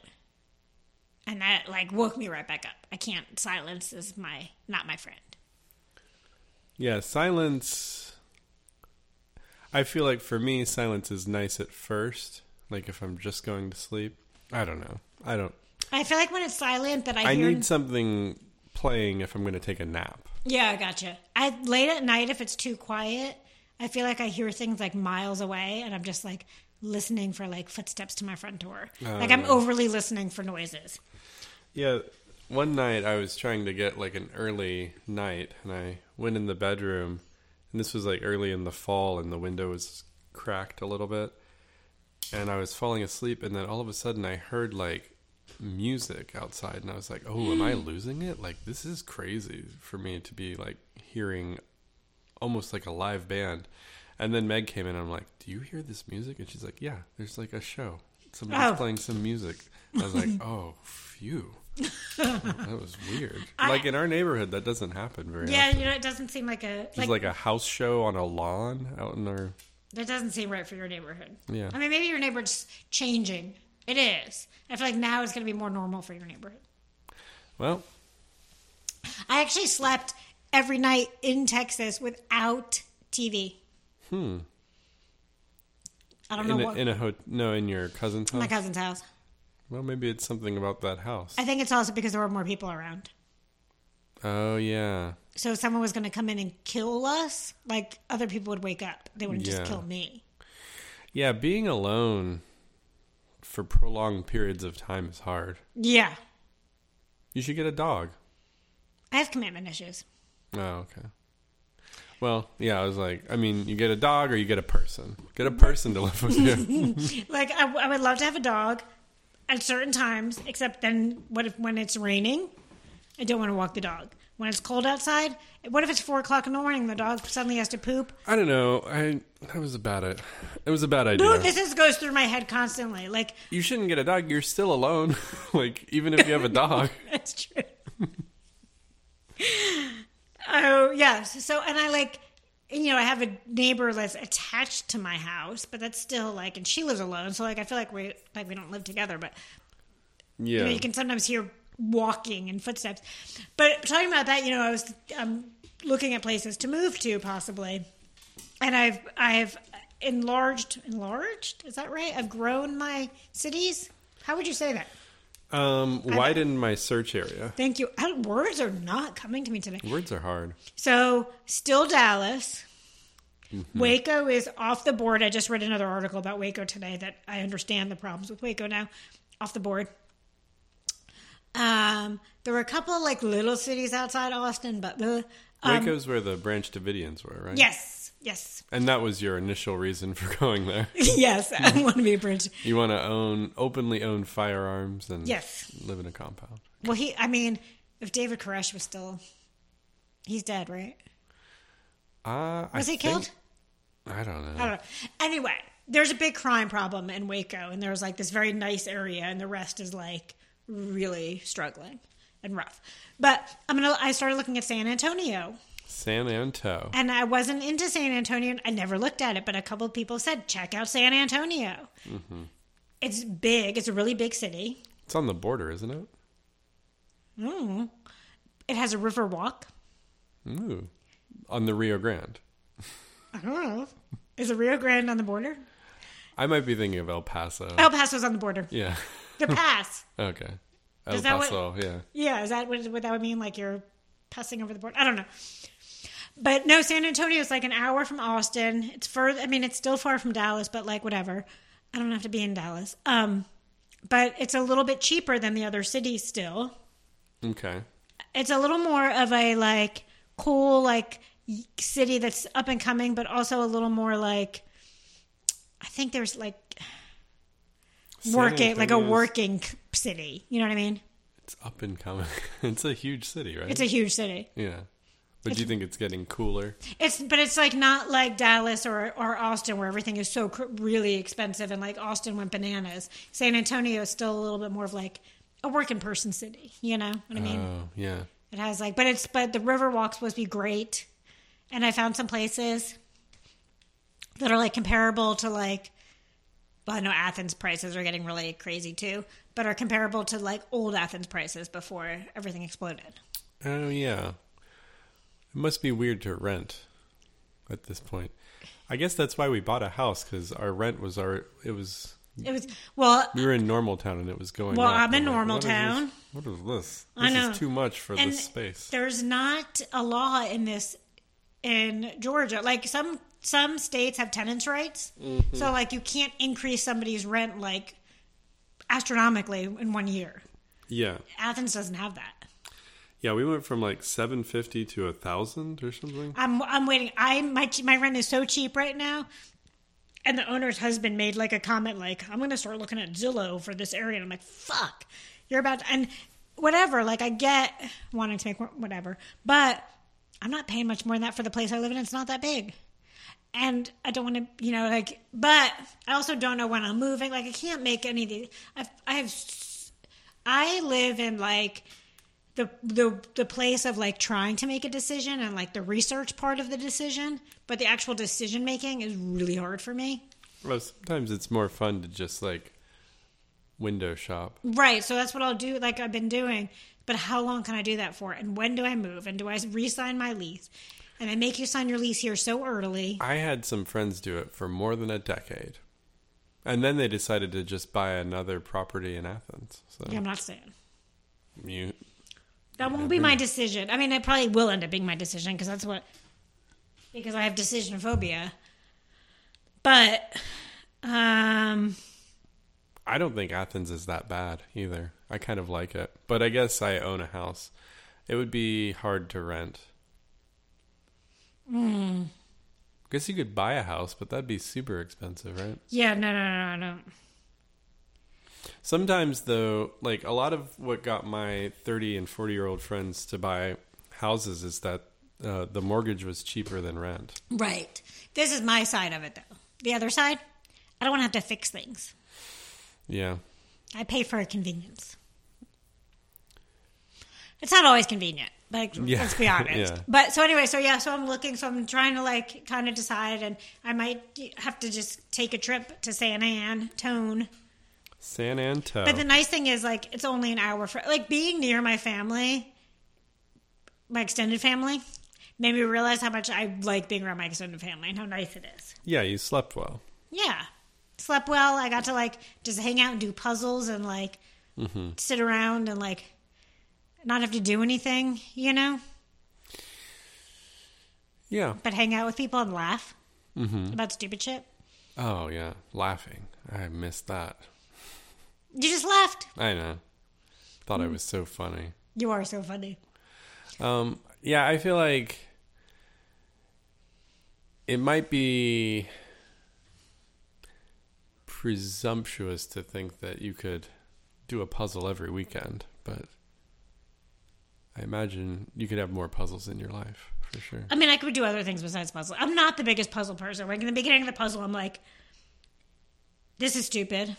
Speaker 1: and that like woke me right back up. I can't. Silence is my not my friend.
Speaker 2: Yeah, silence. I feel like for me, silence is nice at first. Like if I'm just going to sleep, I don't know. I don't.
Speaker 1: I feel like when it's silent that I,
Speaker 2: I
Speaker 1: hear.
Speaker 2: need something playing if I'm going to take a nap.
Speaker 1: yeah, I gotcha. I late at night if it's too quiet, I feel like I hear things like miles away, and I'm just like, listening for like footsteps to my front door.
Speaker 2: Oh,
Speaker 1: like I'm overly listening for noises.
Speaker 2: Yeah, one night I was trying to get like an early night, and I went in the bedroom, and this was like early in the fall, and the window was cracked a little bit, and I was falling asleep, and then all of a sudden I heard like music outside, and I was like, "Oh, am I losing it? Like this is crazy for me to be like hearing almost like a live band." And then Meg came in, and I'm like, "Do you hear this music?" And she's like, "Yeah, there's like a show. Somebody's
Speaker 1: Oh.
Speaker 2: playing some music." I was like, "Oh, phew." That was weird. like in our neighborhood, that doesn't happen very
Speaker 1: Yeah,
Speaker 2: often.
Speaker 1: you know, it doesn't seem like a
Speaker 2: There's
Speaker 1: like,
Speaker 2: like a house show on a lawn out in our.
Speaker 1: that doesn't seem right for your neighborhood.
Speaker 2: Yeah.
Speaker 1: I mean, maybe your neighborhood's changing. It is. I feel like now it's going to be more normal for your neighborhood.
Speaker 2: Well,
Speaker 1: I actually slept every night in Texas without TV. Hmm. I don't
Speaker 2: in
Speaker 1: know
Speaker 2: a,
Speaker 1: what Oh
Speaker 2: in a ho- no, in your cousin's house.
Speaker 1: my cousin's house.
Speaker 2: Well, maybe it's something about that house.
Speaker 1: I think it's also because there were more people around.
Speaker 2: oh yeah,
Speaker 1: So if someone was going to come in and kill us, like other people would wake up. They wouldn't
Speaker 2: Yeah.
Speaker 1: just kill me.
Speaker 2: yeah. Being alone for prolonged periods of time is hard.
Speaker 1: Yeah.
Speaker 2: You should get a dog.
Speaker 1: I have commitment issues.
Speaker 2: Oh okay. Well, yeah, I was like, I mean, you get a dog or you get a person. Get a person to live with
Speaker 1: [LAUGHS]
Speaker 2: you.
Speaker 1: Like I, I would love to have a dog at certain times, except then what if when it's raining, I don't want to walk the dog. When it's cold outside, what if it's four o'clock in the morning? The dog suddenly has to poop.
Speaker 2: I don't know. I that was about it. It was a bad idea.
Speaker 1: Dude, this is, goes through my head constantly. Like
Speaker 2: you shouldn't get a dog. You're still alone. [LAUGHS] like even if you have a dog.
Speaker 1: that's true. oh yes. So and I like, you know, I have a neighbor that's attached to my house, but that's still like, and she lives alone. So like, I feel like we like we don't live together, but [LAUGHS]
Speaker 2: Yeah.
Speaker 1: You know, you can sometimes hear walking and footsteps. But talking about that, you know, I was um, looking at places to move to possibly, and I've I've enlarged enlarged. Is that right? I've grown my cities. How would you say that?
Speaker 2: um, widen my search area.
Speaker 1: Thank you. I, words are not coming to me today.
Speaker 2: Words are hard.
Speaker 1: So still Dallas.
Speaker 2: Mm-hmm.
Speaker 1: Waco is off the board. I just read another article about Waco today that I understand the problems with Waco now. Off the board. Um, there were a couple of like little cities outside Austin, but uh, um,
Speaker 2: Waco's where the Branch Davidians were, right?
Speaker 1: yes, yes, [LAUGHS]
Speaker 2: And that was your initial reason for [LAUGHS] going there.
Speaker 1: yes.
Speaker 2: Mm-hmm.
Speaker 1: I want to be a bridge.
Speaker 2: You want to own openly own firearms and
Speaker 1: Yes.
Speaker 2: live in a compound.
Speaker 1: Well, he. I mean, if David Koresh was still, he's dead, right?
Speaker 2: Uh,
Speaker 1: Was
Speaker 2: I
Speaker 1: he
Speaker 2: think-
Speaker 1: killed?
Speaker 2: I don't know.
Speaker 1: I don't know. Anyway, there's a big crime problem in Waco, and there's like this very nice area, and the rest is like really struggling and rough. But I'm gonna. I started looking at San Antonio,
Speaker 2: San Anto.
Speaker 1: and I wasn't into San Antonio. I never looked at it, but a couple of people said check out San Antonio. It's big. It's a really big city.
Speaker 2: It's on the border, isn't it?
Speaker 1: Mm. It has a river walk.
Speaker 2: Ooh. On the Rio Grande.
Speaker 1: I don't know. Is the Rio Grande on the border?
Speaker 2: I might be thinking of El Paso.
Speaker 1: El Paso's on the border.
Speaker 2: Yeah. [LAUGHS]
Speaker 1: The pass.
Speaker 2: Okay. El
Speaker 1: Is that what-
Speaker 2: Paso, yeah.
Speaker 1: Yeah, is that what, what that would mean? Like you're passing over the board? I don't know. But no, San Antonio is like an hour from Austin. It's further. I mean, it's still far from Dallas, but like whatever. I don't have to be in Dallas. Um, but it's a little bit cheaper than the other cities. Still,
Speaker 2: Okay.
Speaker 1: it's a little more of a like cool like y- city that's up and coming, but also a little more like I think there's like working like a
Speaker 2: Antonio's-
Speaker 1: working c- city. You know what I mean?
Speaker 2: It's up and coming. [LAUGHS] it's a huge city, right?
Speaker 1: It's a huge city.
Speaker 2: yeah. But do you think it's getting cooler?
Speaker 1: It's but it's like not like Dallas or or Austin where everything is so cr- really expensive and like Austin went bananas. San Antonio is still a little bit more of like a working person city. You know what I mean?
Speaker 2: Oh, yeah.
Speaker 1: it has like, but it's but the Riverwalk's supposed to be great, and I found some places that are like comparable to like. Well, I know Athens prices are getting really crazy too, but are comparable to like old Athens prices before everything exploded.
Speaker 2: Oh yeah. It must be weird to rent at this point. I guess that's why we bought a house cuz our rent was our it was
Speaker 1: It was well,
Speaker 2: we were in Normal Town and it was going
Speaker 1: Well,
Speaker 2: up.
Speaker 1: I'm in
Speaker 2: like,
Speaker 1: Normal
Speaker 2: what is
Speaker 1: Town.
Speaker 2: this? What is this? This
Speaker 1: I know.
Speaker 2: is too much for
Speaker 1: And
Speaker 2: this space.
Speaker 1: There's not a law in this in Georgia. Like some some states have tenants' rights, so like you can't increase somebody's rent like astronomically in one year.
Speaker 2: Yeah.
Speaker 1: Athens doesn't have that.
Speaker 2: Yeah, we went from like 750 to a 1000 or something.
Speaker 1: I'm I'm waiting. I my my rent is so cheap right now. And the owner's husband made like a comment like, "I'm going to start looking at Zillow for this area." And I'm like, "Fuck. You're about to, and whatever, like I get wanting to make more- whatever, but I'm not paying much more than that for the place I live in. It's not that big. And I don't want to, you know, like, but I also don't know when I'm moving. Like, I can't make any of these. I've, I have, s- I live in like the the the place of like trying to make a decision and like the research part of the decision, but the actual decision making is really hard for me.
Speaker 2: Well, sometimes it's more fun to just like window shop.
Speaker 1: Right, so that's what I'll do like I've been doing, but how long can I do that for? And when do I move? And do I re-sign my lease? And I make you sign your lease here so early.
Speaker 2: I had some friends do it for more than a decade. And then they decided to just buy another property in Athens. So
Speaker 1: Yeah, I'm not saying.
Speaker 2: you
Speaker 1: That won't be my decision. I mean, it probably will end up being my decision because that's what because I have decision phobia. But um
Speaker 2: I don't think Athens is that bad either. I kind of like it. But I guess I own a house. It would be hard to rent. I guess you could buy a house, but that'd be super expensive, right?
Speaker 1: yeah, no no no, no I don't.
Speaker 2: Sometimes, though, like a lot of what got my 30 and 40 year old friends to buy houses is that uh, the mortgage was cheaper than rent.
Speaker 1: Right. This is my side of it, though. The other side, I don't want to have to fix things.
Speaker 2: Yeah.
Speaker 1: I pay for a convenience. It's not always convenient, but
Speaker 2: Yeah.
Speaker 1: let's be honest.
Speaker 2: Yeah.
Speaker 1: But so anyway, so yeah, so I'm looking, so I'm trying to like kind of decide, and I might have to just take a trip to San Antone.
Speaker 2: San Anto.
Speaker 1: But the nice thing is, like, it's only an hour for like being near my family, my extended family, made me realize how much I like being around my extended family and how nice it is.
Speaker 2: yeah, you slept well.
Speaker 1: Yeah. Slept well. I got to like just hang out and do puzzles and like sit around and like not have to do anything, you know,
Speaker 2: Yeah.
Speaker 1: but hang out with people and laugh about stupid shit.
Speaker 2: Oh, yeah. Laughing. I missed that.
Speaker 1: You just laughed.
Speaker 2: I know. Thought
Speaker 1: Hmm.
Speaker 2: I was so funny.
Speaker 1: You are so funny.
Speaker 2: Um, yeah, I feel like it might be presumptuous to think that you could do a puzzle every weekend, but I imagine you could have more puzzles in your life for sure.
Speaker 1: I mean, I could do other things besides puzzle. I'm not the biggest puzzle person. Like in the beginning of the puzzle, I'm like, this is stupid.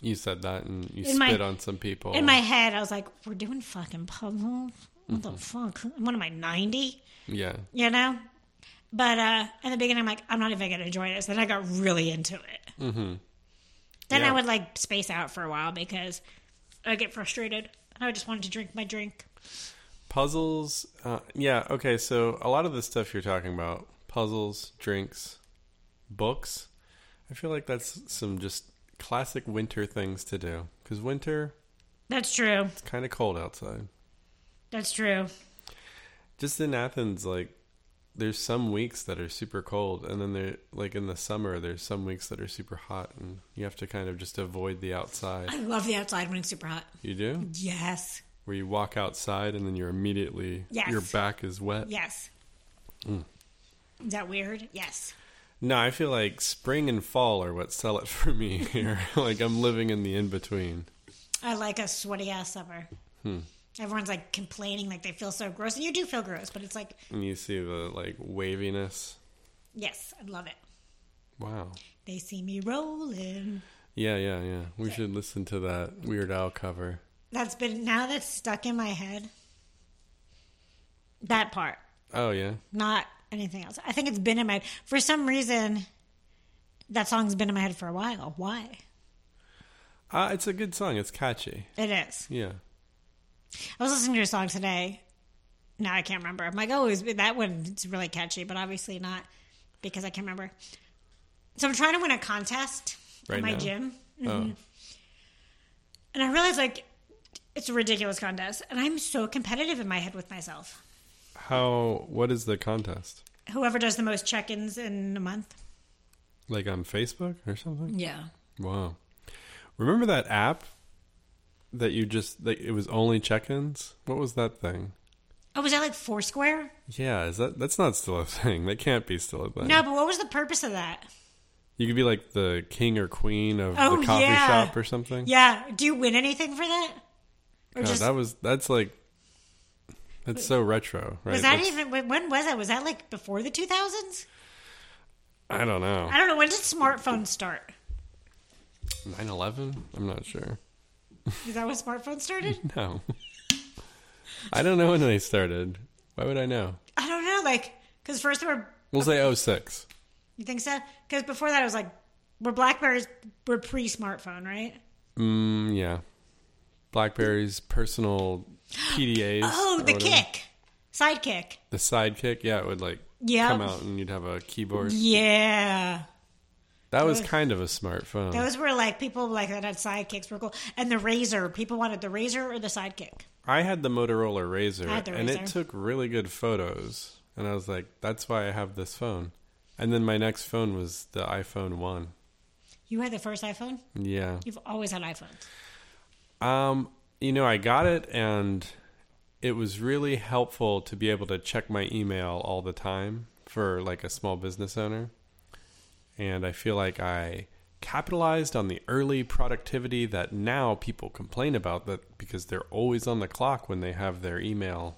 Speaker 2: You said that and you
Speaker 1: In my-
Speaker 2: spit on some people.
Speaker 1: In my head, I was like, we're doing fucking puzzles? What the fuck? What am I, 90?
Speaker 2: yeah.
Speaker 1: you know. But uh, in the beginning, I'm like, I'm not even gonna enjoy this. Then I got really into it. Mm-hmm. Then
Speaker 2: Yeah.
Speaker 1: I would like space out for a while because I get frustrated. I just wanted to drink my drink.
Speaker 2: Puzzles. Uh, yeah. Okay. So a lot of the stuff you're talking about puzzles, drinks, books. I feel like that's some just classic winter things to do because winter
Speaker 1: That's true.
Speaker 2: it's kind of cold outside.
Speaker 1: That's true.
Speaker 2: Just in Athens, like there's some weeks that are super cold, and then there like in the summer there's some weeks that are super hot, and you have to kind of just avoid the outside.
Speaker 1: I love the outside when it's super hot.
Speaker 2: You do
Speaker 1: Yes.
Speaker 2: where you walk outside and then you're immediately
Speaker 1: Yes.
Speaker 2: your back is wet.
Speaker 1: Yes. Is that weird? Yes.
Speaker 2: No, I feel like spring and fall are what sell it [LAUGHS] for me here. like I'm living in the in between.
Speaker 1: I like a sweaty ass summer. Everyone's like complaining, like they feel so gross, and you do feel gross, but it's like,
Speaker 2: And you see the like waviness.
Speaker 1: yes, I love it.
Speaker 2: Wow.
Speaker 1: They see me rolling.
Speaker 2: Yeah, yeah, yeah. We should listen to that Weird Al cover.
Speaker 1: That's been now that's stuck in my head. That part,
Speaker 2: Oh yeah.
Speaker 1: not anything else. I think it's been in my for some reason. That song's been in my head for a while. Why?
Speaker 2: Uh, it's a good song. It's catchy.
Speaker 1: It is.
Speaker 2: Yeah.
Speaker 1: I was listening to a song today. Now I can't remember. I'm like, oh, it's, that one's really catchy, but obviously not because I can't remember. So I'm trying to win a contest
Speaker 2: Right
Speaker 1: at my
Speaker 2: now?
Speaker 1: gym.
Speaker 2: Oh.
Speaker 1: And I realized, like, it's a ridiculous contest. And I'm so competitive in my head with myself.
Speaker 2: How? What is the contest?
Speaker 1: whoever does the most check-ins in a month.
Speaker 2: Like on Facebook or something?
Speaker 1: Yeah.
Speaker 2: Wow. Remember that app that you just, that it was only check ins? What was that thing?
Speaker 1: Oh, was that like Foursquare?
Speaker 2: Yeah, is that that's not still a thing. That can't be still a thing.
Speaker 1: No, but what was the purpose of that?
Speaker 2: Mm-hmm. You could be like the king or queen of
Speaker 1: Oh,
Speaker 2: the coffee
Speaker 1: yeah.
Speaker 2: shop or something.
Speaker 1: Yeah. Do you win anything for that? Or
Speaker 2: God,
Speaker 1: just
Speaker 2: that was that's like that's so retro, right?
Speaker 1: was that
Speaker 2: That's-
Speaker 1: even when- when was that? Was that like before the 2000s?
Speaker 2: I don't know.
Speaker 1: I don't know. When did smartphones start?
Speaker 2: 9/11? I'm not sure. [LAUGHS]
Speaker 1: Is that when smartphones started?
Speaker 2: No. [LAUGHS] I don't know when they started. Why would I know?
Speaker 1: I don't know. Like, because first there were
Speaker 2: We'll say 06.
Speaker 1: You think so? Because before that, it was like, were Blackberries were pre-smartphone, right?
Speaker 2: Mm, yeah. BlackBerry's personal
Speaker 1: [GASPS]
Speaker 2: PDAs.
Speaker 1: Oh,
Speaker 2: or
Speaker 1: the
Speaker 2: whatever.
Speaker 1: kick, sidekick.
Speaker 2: The sidekick. Yeah, it would like
Speaker 1: Yeah. Mm,
Speaker 2: come out and you'd have a keyboard.
Speaker 1: Yeah,
Speaker 2: That was
Speaker 1: Those-
Speaker 2: kind of a smartphone.
Speaker 1: those were like people like that had sidekicks were cool, and the razor. People wanted the razor or the sidekick.
Speaker 2: I had the Motorola Razor,
Speaker 1: I had the
Speaker 2: and it
Speaker 1: Razr.
Speaker 2: took really good photos. And I was like, that's why I have this phone. And then my next phone was the iPhone 1.
Speaker 1: You had the first iPhone.
Speaker 2: Yeah.
Speaker 1: You've always had iPhones.
Speaker 2: Um, you know, I got it and it was really helpful to be able to check my email all the time for like a small business owner. And I feel like I capitalized on the early productivity that now people complain about that because they're always on the clock when they have their email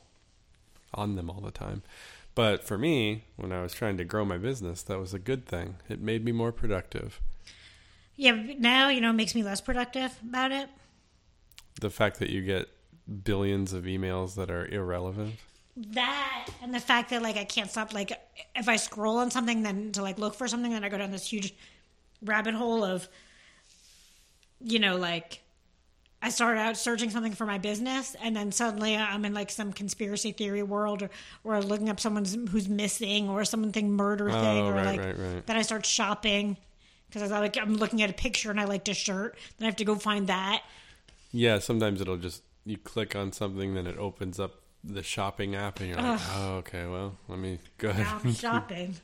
Speaker 2: on them all the time. But for me, when I was trying to grow my business, that was a good thing. It made me more productive.
Speaker 1: Yeah, but now you know it makes me less productive about it.
Speaker 2: The fact that you get billions of emails that are irrelevant.
Speaker 1: That and the fact that like I can't stop like if I scroll on something then to like look for something then I go down this huge rabbit hole of you know like I start out searching something for my business and then suddenly I'm in like some conspiracy theory world or or looking up someone's who's missing or something murder thing or
Speaker 2: Oh, right,
Speaker 1: like
Speaker 2: right, right.
Speaker 1: then I start shopping because I like I'm looking at a picture and I liked a shirt then I have to go find that
Speaker 2: Yeah, sometimes it'll just you click on something, then it opens up the shopping app, and you're like, oh, okay, well, let me [LAUGHS] go ahead.
Speaker 1: now I'm shopping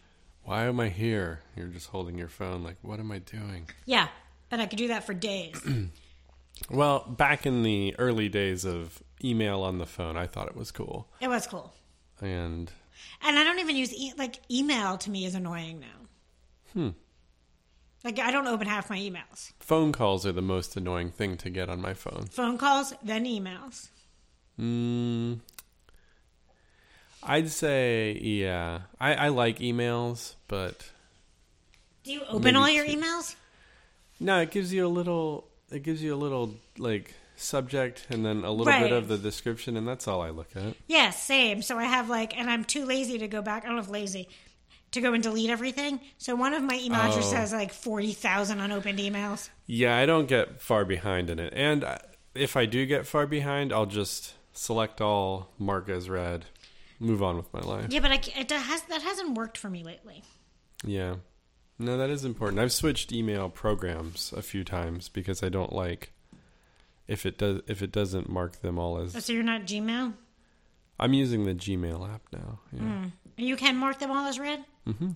Speaker 2: Why am I here? You're just holding your phone, like, what am I doing?
Speaker 1: yeah and I could do that for [CLEARS THROAT] days
Speaker 2: Well, back in the early days of email on the phone, I thought it was cool,
Speaker 1: it was cool.
Speaker 2: and
Speaker 1: And I don't even use e- like email to me is annoying now. Hmm. Like I don't open half my emails.
Speaker 2: phone calls are the most annoying thing to get on my phone.
Speaker 1: Phone calls, then emails.
Speaker 2: Mm, I'd say, yeah, I, I like emails, but
Speaker 1: Do you open
Speaker 2: Maybe
Speaker 1: all your
Speaker 2: two.
Speaker 1: emails?
Speaker 2: No, it gives you a little. It gives you a little like subject, and then a little
Speaker 1: Right.
Speaker 2: bit of the description, and that's all I look at.
Speaker 1: Yes, same. So I have like, and I'm too lazy to go back. I don't know if lazy to go and delete everything. So one of my email addresses
Speaker 2: Oh.
Speaker 1: has like forty thousand unopened emails.
Speaker 2: Yeah, I don't get far behind in it, and I, if I do get far behind, I'll just select all, mark as read, move on with my life.
Speaker 1: Yeah, but I, ca- it has that hasn't worked for me lately.
Speaker 2: Yeah, no, that is important. I've switched email programs a few times because I don't like if it does if it doesn't mark them all
Speaker 1: Oh,
Speaker 2: as.
Speaker 1: So you're not Gmail.
Speaker 2: I'm using the Gmail app now. Yeah.
Speaker 1: You can mark them all as red. Mm-hmm.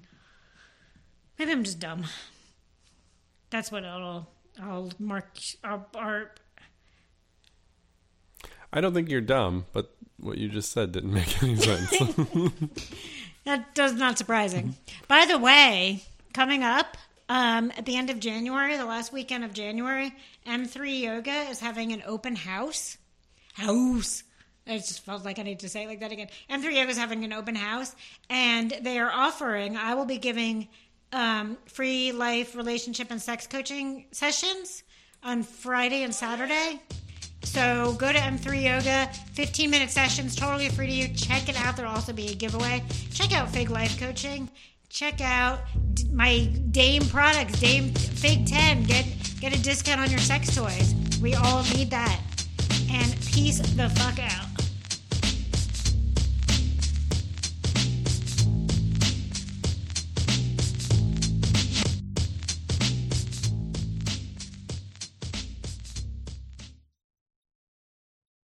Speaker 1: Maybe I'm just dumb. That's what I'll I'll mark. I'll, or
Speaker 2: I don't think you're dumb, but what you just said didn't [LAUGHS] make any sense.
Speaker 1: that does not surprising. By the way, coming up um, at the end of January, the last weekend of January, M3 Yoga is having an open house. House. I just felt like I need to say it like that again. M3 Yoga is having an open house, and they are offering. I will be giving um, free life, relationship, and sex coaching sessions on Friday and Saturday. So go to M3 Yoga, 15 minute sessions, totally free to you. Check it out. There'll also be a giveaway. Check out Fig Life Coaching. Check out d- my Dame products, Dame Fig 10. Get get a discount on your sex toys. We all need that. And peace the fuck out.